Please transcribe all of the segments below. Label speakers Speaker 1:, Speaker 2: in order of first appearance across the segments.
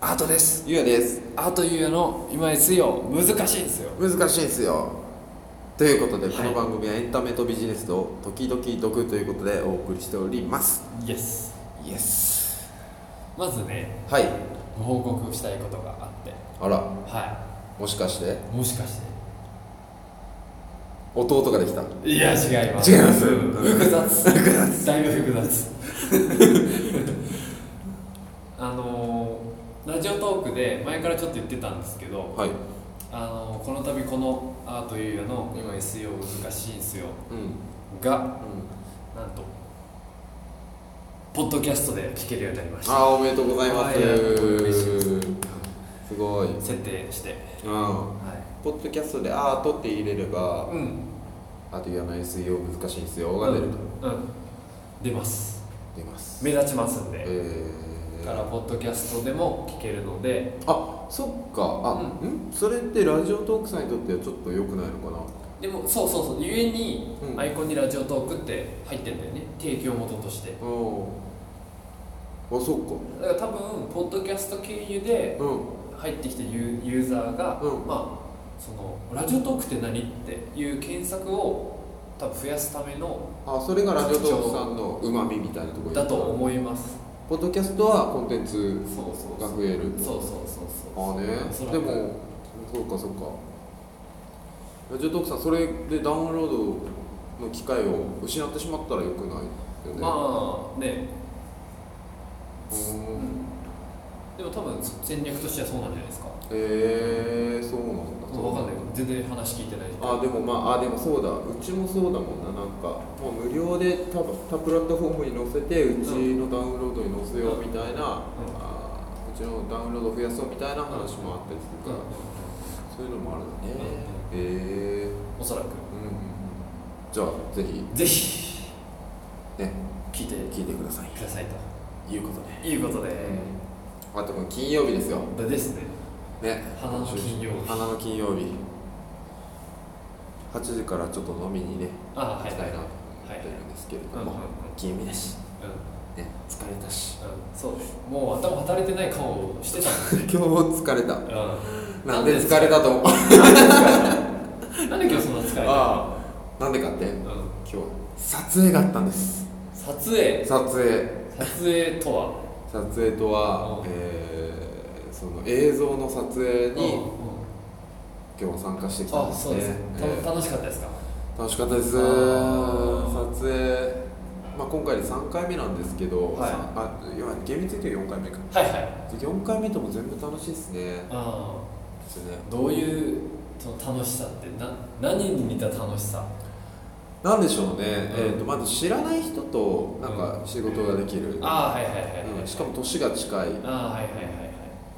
Speaker 1: アートです
Speaker 2: ゆうやです
Speaker 1: アートゆうやの今井水曜難しいんですよ
Speaker 2: 難しいんすよということで、
Speaker 1: はい
Speaker 2: この番組はエンタメとビジネスと時々毒ということでお送りしております
Speaker 1: イエス
Speaker 2: イエス
Speaker 1: まずね
Speaker 2: はい
Speaker 1: ご報告したいことがあって
Speaker 2: あら
Speaker 1: は
Speaker 2: もしかして
Speaker 1: いもしかして
Speaker 2: 弟ができた
Speaker 1: いや違います
Speaker 2: 違います
Speaker 1: うん複雑複雑だいぶ複雑 あのーラジオトークで前からちょっと言ってたんですけど
Speaker 2: はい
Speaker 1: あのーこの度このアートゆうやの今 SEO 難しいんですよ
Speaker 2: うん
Speaker 1: が
Speaker 2: うん
Speaker 1: なんとポッドキャストで聞けるようになりました
Speaker 2: あーおめでとうございます
Speaker 1: はい嬉しいです
Speaker 2: すごいうん
Speaker 1: 設定してはい
Speaker 2: ポッドキャストでアートって入れれば
Speaker 1: うん
Speaker 2: あとやの SEO 難しいんすよが出ると
Speaker 1: うん、うん出ます
Speaker 2: 出ます
Speaker 1: 目立ちますんで、
Speaker 2: えー
Speaker 1: からポッドキャストでも聞けるので
Speaker 2: あそっかあ、ん、それってラジオトークさんにとってはちょっと良くないのかな
Speaker 1: でもそうそうそうゆえに
Speaker 2: うん
Speaker 1: アイコンにラジオトークって入ってんだよね提供元として
Speaker 2: ああそっか
Speaker 1: だから多分ポッドキャスト経由で
Speaker 2: うん
Speaker 1: 入ってきたユーユーザーが、
Speaker 2: うん
Speaker 1: まあそのラジオトークって何っていう検索を多分増やすための
Speaker 2: あそれがラジオトークさんのうまみみたいなところ
Speaker 1: だと思います
Speaker 2: ポッドキャストはコンテンツ
Speaker 1: そうそうそ
Speaker 2: が
Speaker 1: う
Speaker 2: 増える
Speaker 1: そうそうそうそ
Speaker 2: あ
Speaker 1: う
Speaker 2: あね
Speaker 1: そらく
Speaker 2: でもそうかそうかラジオトークさんそれでダウンロードの機会を失ってしまったら良くないよね
Speaker 1: まあね、
Speaker 2: う
Speaker 1: うんん、でも多分戦略としてはそうなんじゃないですか
Speaker 2: えー、そうなんだ
Speaker 1: 分かんない全然話聞いてない
Speaker 2: あでもまああでもそうだうちもそうだもんななんかもう無料で他他プラットフォームに載せてうちのダウンロードに載せようみたいな、あーうちのダウンロード増やそうみたいな話もあったりするか
Speaker 1: うん
Speaker 2: ら、そういうのもあるんだねへえ
Speaker 1: おそらく
Speaker 2: ー、うんうんじゃあぜひ
Speaker 1: ぜひ
Speaker 2: ね
Speaker 1: 聞いて
Speaker 2: 聞いてください
Speaker 1: ください
Speaker 2: ということで
Speaker 1: ということで、
Speaker 2: あとこの金曜日ですよ
Speaker 1: でですね
Speaker 2: ね
Speaker 1: 花の金曜日
Speaker 2: 花の金曜日8時からちょっと飲みにね
Speaker 1: あは
Speaker 2: 行
Speaker 1: い
Speaker 2: き
Speaker 1: は
Speaker 2: た
Speaker 1: い
Speaker 2: い
Speaker 1: う
Speaker 2: な
Speaker 1: ん
Speaker 2: と思ってるんですけれど
Speaker 1: うんうん
Speaker 2: も、
Speaker 1: うん
Speaker 2: 金曜日だしね疲れたし
Speaker 1: うんそうですもう頭働いてない顔をしてたんで
Speaker 2: 今日も疲れた
Speaker 1: すよ、
Speaker 2: なんで疲れたと思う
Speaker 1: うん、 なんで今日そんな疲れた
Speaker 2: ああなんでかって今
Speaker 1: うん
Speaker 2: 日撮影があったんです
Speaker 1: 撮影
Speaker 2: 撮影
Speaker 1: 撮影とは
Speaker 2: 撮影とは
Speaker 1: うん
Speaker 2: えーその映像の撮影
Speaker 1: うん
Speaker 2: に
Speaker 1: うん
Speaker 2: 今日は参加してきたん
Speaker 1: あ
Speaker 2: です
Speaker 1: そう
Speaker 2: ね
Speaker 1: です、た
Speaker 2: えー
Speaker 1: 楽しかったですか
Speaker 2: 楽しかったです撮
Speaker 1: あー
Speaker 2: 影まあ今回で3回目なんですけど、
Speaker 1: はい
Speaker 2: さあいや厳密に言うと4回目か
Speaker 1: はいはい
Speaker 2: 4回目とも全部楽しいですね
Speaker 1: あ
Speaker 2: ですね
Speaker 1: ーどういうその楽しさってな何に似た楽しさ
Speaker 2: なんでしょうね、え
Speaker 1: うん
Speaker 2: ー、とまず知らない人となんか仕事ができる、
Speaker 1: ああはいはいはいはい、
Speaker 2: うんしかも年が近い
Speaker 1: ああはいはいはいはい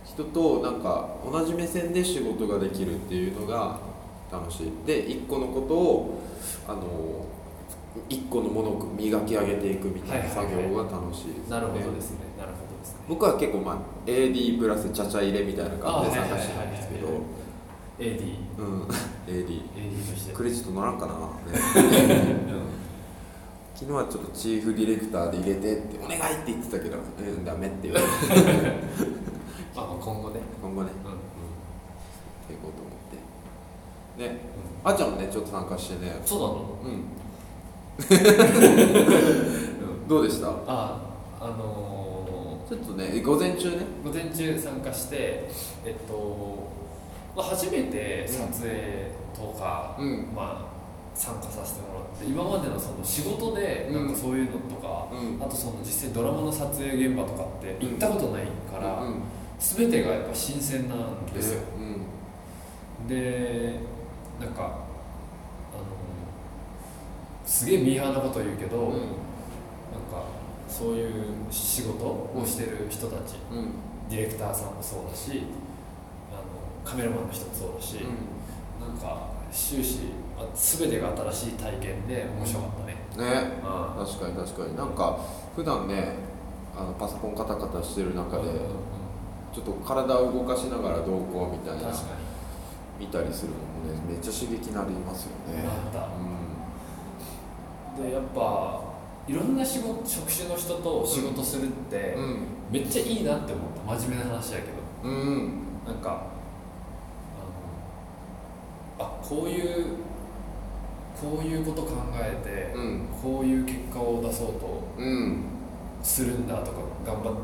Speaker 2: 人となんか同じ目線で仕事ができるっていうのが楽しいで一個のことをあの一個のものを磨き上げていくみたいな
Speaker 1: はいは
Speaker 2: 作
Speaker 1: いはい
Speaker 2: 業が楽しいですね
Speaker 1: なるほどですねなるほどですね
Speaker 2: 僕は結構、まあ、AD プラスちゃちゃ入れみたいな感じで
Speaker 1: あはい
Speaker 2: 参加
Speaker 1: はいはいはい
Speaker 2: してたんですけど
Speaker 1: はいはい AD
Speaker 2: うん AD
Speaker 1: AD として
Speaker 2: クレジット乗らんかな、ね
Speaker 1: うん
Speaker 2: 昨日はちょっとチーフディレクターで入れてってお願いって言ってたけどうんダメって言われて
Speaker 1: あ今後ね
Speaker 2: 今後ねうん
Speaker 1: うんうん
Speaker 2: 行こうと思ってねあっちゃんもねちょっと参加してね
Speaker 1: そうなの
Speaker 2: うん
Speaker 1: うん
Speaker 2: どうでした
Speaker 1: あああの
Speaker 2: ちょっとね午前中ね
Speaker 1: ー午前中参加してえっと、まあ、初めて撮影とか、
Speaker 2: うん
Speaker 1: まあ、参加させてもらって今までのその仕事でなんかそういうのとか、
Speaker 2: うん
Speaker 1: あとその実際ドラマの撮影現場とかって行ったことないから、
Speaker 2: うん
Speaker 1: 全てがやっぱ新鮮なんですよ、
Speaker 2: うん
Speaker 1: でなんかあのすげえミーハーなこと言うけど、
Speaker 2: うん
Speaker 1: なんかそういう仕事をしてる人たち、
Speaker 2: うん
Speaker 1: ディレクターさんもそうだしあのカメラマンの人もそうだし、なんか終始あ全てが新しい体験で面白かったね、
Speaker 2: うんね
Speaker 1: あ
Speaker 2: 確かに確かになんか普段ねあのパソコンカタカタしてる中で
Speaker 1: うんうんうん
Speaker 2: ちょっと体を動かしながらどうこうみたい
Speaker 1: 確
Speaker 2: な
Speaker 1: か
Speaker 2: 見たりするのもねめっちゃ刺激になりますよ
Speaker 1: に、
Speaker 2: ね
Speaker 1: あった
Speaker 2: う
Speaker 1: でやっぱいろんな仕事職種の人と仕事するっ
Speaker 2: ん
Speaker 1: て、
Speaker 2: うん
Speaker 1: めっちゃいいなって思った真面目な話だけ
Speaker 2: う
Speaker 1: ど
Speaker 2: ん
Speaker 1: なんかあのあこういうこういうこと考えて、
Speaker 2: うん
Speaker 1: こういう結果を出そうと
Speaker 2: うん
Speaker 1: するんだとか頑張っあの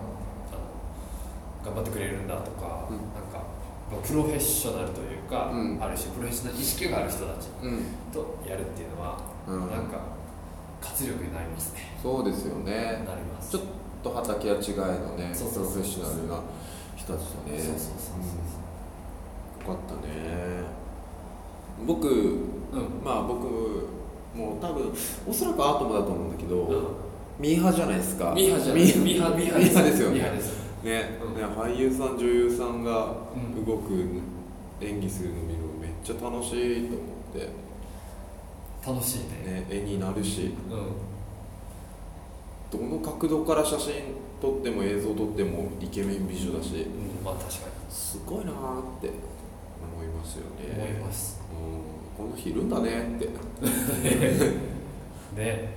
Speaker 1: 頑張ってくれるんだとか、
Speaker 2: うん
Speaker 1: なんかプロフェッショナルというか、
Speaker 2: うん
Speaker 1: ある種プロフェッショナル意識がある人たち
Speaker 2: うん
Speaker 1: とやるっていうのは、
Speaker 2: うん
Speaker 1: なんか活力になりますね。
Speaker 2: そうですよね
Speaker 1: なります。
Speaker 2: ちょっと畑や違いのね
Speaker 1: そう
Speaker 2: プ
Speaker 1: そう
Speaker 2: ロ
Speaker 1: そう
Speaker 2: フェッショナルな人たちだね
Speaker 1: そうそうそう
Speaker 2: うんよかったね僕
Speaker 1: そう。うん。
Speaker 2: まあ僕もう多分おそらくアートもだと思うんだけど、
Speaker 1: うん
Speaker 2: ミーハーじゃないですか
Speaker 1: ミーハじゃない。
Speaker 2: ミ
Speaker 1: ミ
Speaker 2: ー
Speaker 1: ーハミーハ
Speaker 2: ミーハですよね
Speaker 1: ミーハです。
Speaker 2: ね,、
Speaker 1: うん
Speaker 2: ね俳優さん女優さんが
Speaker 1: うん
Speaker 2: 動く演技するの見るのめっちゃ楽しいと思って、
Speaker 1: 楽しいね。
Speaker 2: ね、絵になるし
Speaker 1: う
Speaker 2: どの角度から写真撮っても映像撮ってもイケメン美女だし
Speaker 1: ん。うんまあ確か
Speaker 2: すごいなーって思いますよ
Speaker 1: に
Speaker 2: ね
Speaker 1: 思います。
Speaker 2: うんこの人いるんだねって、
Speaker 1: ね。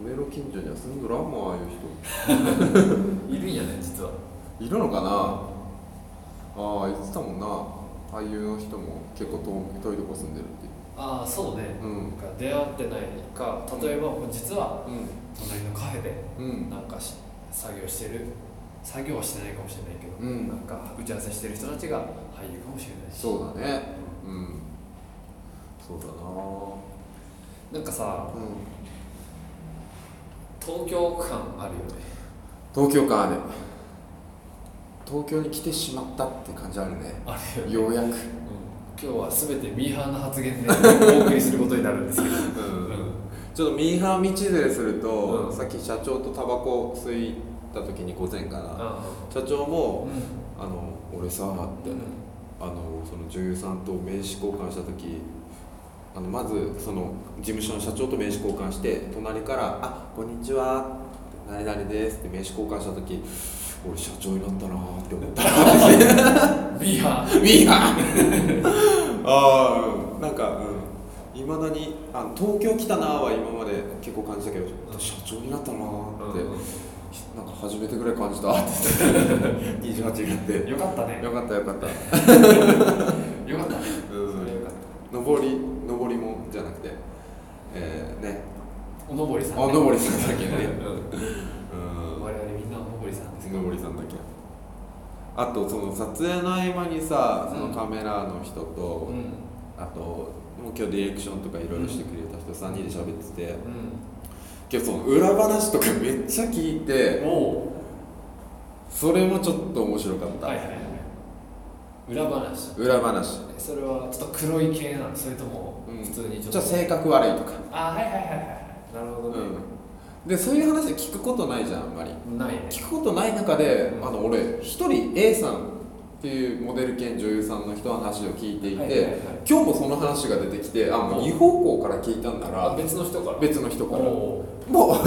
Speaker 2: うん、俺の近所には住んどらんもんああいう人
Speaker 1: いるんやね実は。
Speaker 2: いるのかなああ言ってたもんな俳優の人も結構遠遠いとこ住んでるって
Speaker 1: ああそうね。
Speaker 2: うん
Speaker 1: なんか出会ってないか例えば実は隣のカフェで
Speaker 2: うんうん
Speaker 1: なんかし作業してる作業はしてないかもしれないけど、
Speaker 2: うん
Speaker 1: なんか打ち合わせしてる人たちが俳優かもしれないし。
Speaker 2: そうだねうんそうだな
Speaker 1: なんかさ
Speaker 2: うん
Speaker 1: 東京感あるよね。
Speaker 2: 東京感ある東京に来てしまったって感じあるね
Speaker 1: あるよね。
Speaker 2: ようやく
Speaker 1: 今日はすべてミーハーな発言で お送りすることになるんですけど、
Speaker 2: ちょっとミーハー道連れすると、
Speaker 1: うん
Speaker 2: さっき社長とタバコ吸いた時に午前から、社長も「あの俺さ」って、あのその女優さんと名刺交換した時あのまずその事務所の社長と名刺交換して隣から「あこんにちは」何々ですって名刺交換した時俺社長になったなーって思った
Speaker 1: ミーハー
Speaker 2: ミーハーああなんかいま、未だにあの東京来たなーは今まで結構感じたけど社長になったなーって、なんか初めてぐらい感じたって言って28になって
Speaker 1: よかったね
Speaker 2: よかったよかったうん
Speaker 1: よかったねよかった
Speaker 2: 上り上りもじゃなくてえー、ね
Speaker 1: おのぼりさん、
Speaker 2: あ上りさんだけ
Speaker 1: う
Speaker 2: ねう
Speaker 1: ん
Speaker 2: ん
Speaker 1: 我々みんなおのぼりさんですけど
Speaker 2: 上りさんだけあとその撮影の合間にさそ
Speaker 1: うん
Speaker 2: のカメラの人と、
Speaker 1: うん
Speaker 2: あともう今日ディレクションとかいろいろしてくれた人3人で喋ってて今日その裏話とかめっちゃ聞い
Speaker 1: うん
Speaker 2: て
Speaker 1: お
Speaker 2: それもちょっと面白かっ
Speaker 1: う
Speaker 2: た、
Speaker 1: はいはいはい裏話
Speaker 2: 裏話
Speaker 1: それはちょっと黒い系なのそれとも
Speaker 2: うん
Speaker 1: 普通にちょっ
Speaker 2: じ
Speaker 1: と、
Speaker 2: ゃあ性格悪いとか、
Speaker 1: あはいはいはいはいなるほどね、
Speaker 2: うん、でそういう話聞くことないじゃんあんまり
Speaker 1: ないね
Speaker 2: 聞くことない中で、
Speaker 1: うん
Speaker 2: あの俺一人 A さんっていうモデル兼女優さんの人の話を聞いていて、
Speaker 1: はいはいはい
Speaker 2: 今日もその話が出てきてあもう2方向から聞いたんな
Speaker 1: あ
Speaker 2: ら
Speaker 1: 別の人から
Speaker 2: 別の人からも
Speaker 1: おう
Speaker 2: うも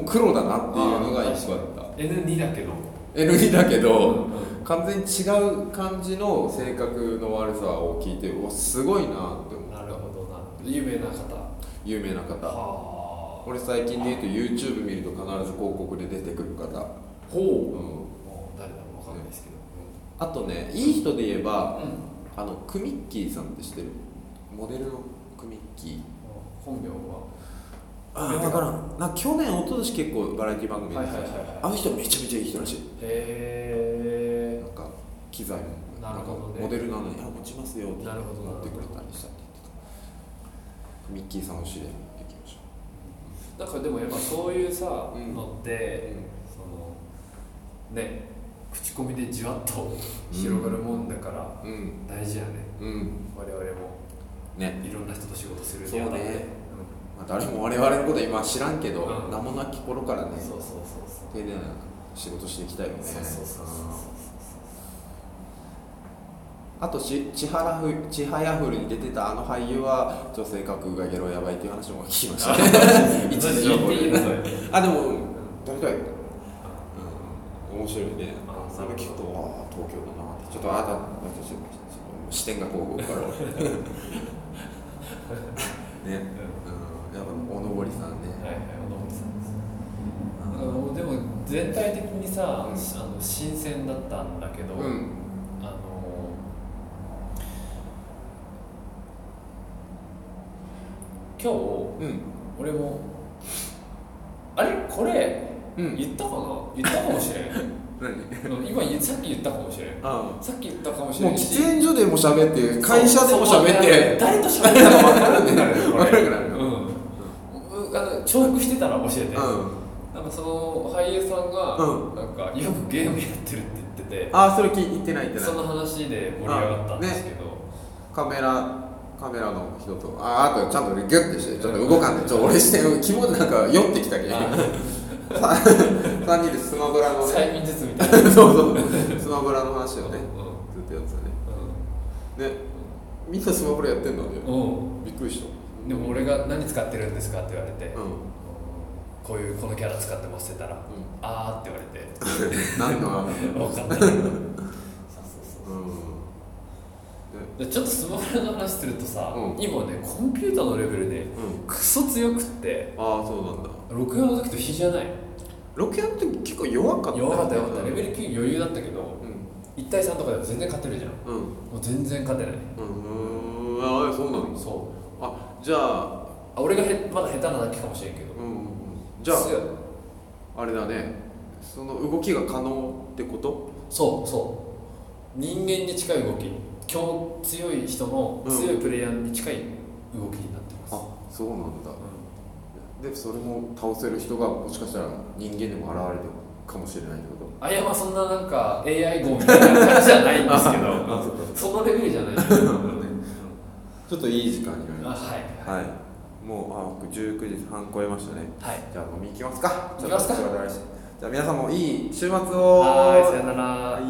Speaker 2: う 黒だなっていうのが一緒だった
Speaker 1: N2 だけど
Speaker 2: N2 だけど、
Speaker 1: うんうん
Speaker 2: 完全に違う感じの性格の悪さを聞いてうわすごいなって思
Speaker 1: な
Speaker 2: っ
Speaker 1: る
Speaker 2: た
Speaker 1: ほどな有名な方
Speaker 2: 有名な方
Speaker 1: はあ
Speaker 2: 俺最近で言うと YouTube 見ると必ず広告で出てくる方、う、
Speaker 1: ほうんもう誰だろうわかんないですけど
Speaker 2: あとねいい人で言えば、
Speaker 1: うん、
Speaker 2: あ
Speaker 1: うん、
Speaker 2: のクミッキーさんって知ってるモデルのクミッキー
Speaker 1: 本名は
Speaker 2: あ分からんなんか去年一昨年結構バラエティ番組で、
Speaker 1: はいはいはいはい
Speaker 2: あの人めちゃめちゃいい人らしい
Speaker 1: へ
Speaker 2: なんか機材も
Speaker 1: なるほど
Speaker 2: ん
Speaker 1: ね
Speaker 2: かモデルなのに「あ持ちますよ」って
Speaker 1: なるほど
Speaker 2: 持ってくれたりしたって言ってたクミッキーさんを知り合いに行きましょ
Speaker 1: えなんかでもやっぱそういうさ、
Speaker 2: うん
Speaker 1: のっ
Speaker 2: う
Speaker 1: て、そのね口コミでじわっと広がるもんだから
Speaker 2: うん
Speaker 1: 大事やね
Speaker 2: うん、うん
Speaker 1: 我々も
Speaker 2: ね、
Speaker 1: いろんな人と仕事するに
Speaker 2: そう
Speaker 1: あた
Speaker 2: ね
Speaker 1: って
Speaker 2: まあ、誰も我々のことは今知らんけど、
Speaker 1: うん
Speaker 2: 名もなき頃から
Speaker 1: う
Speaker 2: ね
Speaker 1: ん、そうそうそうそう
Speaker 2: 丁寧な仕事していきたいよね
Speaker 1: そうそうそうそう
Speaker 2: あとしちはらふ「ちはやふる」に出てたあの俳優は女性格がゲロやばいっていう話も聞き ましたね一時情報
Speaker 1: 言っていい
Speaker 2: で
Speaker 1: のそれ
Speaker 2: あでも誰だよ、うん、面白いね
Speaker 1: あ
Speaker 2: それ聞くとああ東京だなってちょっとあなた私視点がこう動く からね
Speaker 1: う
Speaker 2: うんや
Speaker 1: ん
Speaker 2: っぱおのぼりさんね
Speaker 1: はいはい、おのぼりさんです。
Speaker 2: うん
Speaker 1: でも全体的にさ、
Speaker 2: うん
Speaker 1: あの新鮮だったんだけど、
Speaker 2: うん
Speaker 1: あの今日
Speaker 2: うん
Speaker 1: 俺もあれこれ
Speaker 2: うん
Speaker 1: 言ったかな言ったかもしれん
Speaker 2: 何
Speaker 1: うん今言さっき言ったかもしれん
Speaker 2: あ
Speaker 1: さっき言ったかもしれ
Speaker 2: もうん喫
Speaker 1: し
Speaker 2: 煙所でも喋って会社でも喋っ
Speaker 1: そう
Speaker 2: て
Speaker 1: 誰と喋ったか分からんくなるよこ
Speaker 2: 分
Speaker 1: れ
Speaker 2: からなくなる
Speaker 1: うんうあの重複してたら教えて、
Speaker 2: うん
Speaker 1: なんかその俳優さんが、
Speaker 2: う
Speaker 1: なんかよくゲームやってるって言ってて、
Speaker 2: ああそれ聞いてないってな
Speaker 1: その話で盛り上がったんですけど、
Speaker 2: カメラカメラの人とああとちゃんとギュッてしてちょっと動かんでちょっと俺して気分なんか酔ってきたけど3人でスマブラのね
Speaker 1: 催眠術みたい な、
Speaker 2: そうそうスマブラの話をね
Speaker 1: う
Speaker 2: ずっとやってたねねみんなスマブラやってんのね
Speaker 1: んうんうん、
Speaker 2: びっくりした
Speaker 1: でも俺が何使ってるんですかって言われて、
Speaker 2: うん、うん、
Speaker 1: こういうこのキャラ使ってますって言ったら、あーって言われて、
Speaker 2: 何の話
Speaker 1: 分かんない。そうそうそううんでちょっとスマブラの話するとさ、
Speaker 2: うん
Speaker 1: 今ねコンピューターのレベルね
Speaker 2: うん
Speaker 1: クソ強くって
Speaker 2: ああそうなんだ
Speaker 1: 64の時と比じゃない
Speaker 2: ロケやって結構弱かったよね
Speaker 1: 弱かった弱かったレベル9余裕だったけど
Speaker 2: うん
Speaker 1: 1対3とかでも全然勝てるじゃん
Speaker 2: うん
Speaker 1: もう全然勝てない
Speaker 2: うんうーんああそうなんだ
Speaker 1: そう
Speaker 2: あじゃあ
Speaker 1: あ俺がへまだ下手なだけかもしれんけど
Speaker 2: うんうんうんじゃ
Speaker 1: 強い
Speaker 2: ああれだねその動きが可能ってこと
Speaker 1: そうそう人間に近い動き強強い人の
Speaker 2: うん
Speaker 1: 強いプレイヤーに近い動きになってます、
Speaker 2: あそうなんだ
Speaker 1: う
Speaker 2: でそれも倒せる人がもしかしたら人間でも現れてるかもしれないってこと
Speaker 1: ん、あいやまあそんななんか AI 号みたいな感じじゃないんですけ
Speaker 2: あそう
Speaker 1: どそのレベルじゃない
Speaker 2: ちょっといい時間になり
Speaker 1: あ
Speaker 2: まし
Speaker 1: はい
Speaker 2: たはいもうあ僕19時半超えましたね
Speaker 1: はい
Speaker 2: じゃあ飲み行きますか
Speaker 1: 行きますか
Speaker 2: ちょっとこちらでお願いしじゃあ皆さんもいい週末を
Speaker 1: はーいさよなら
Speaker 2: はい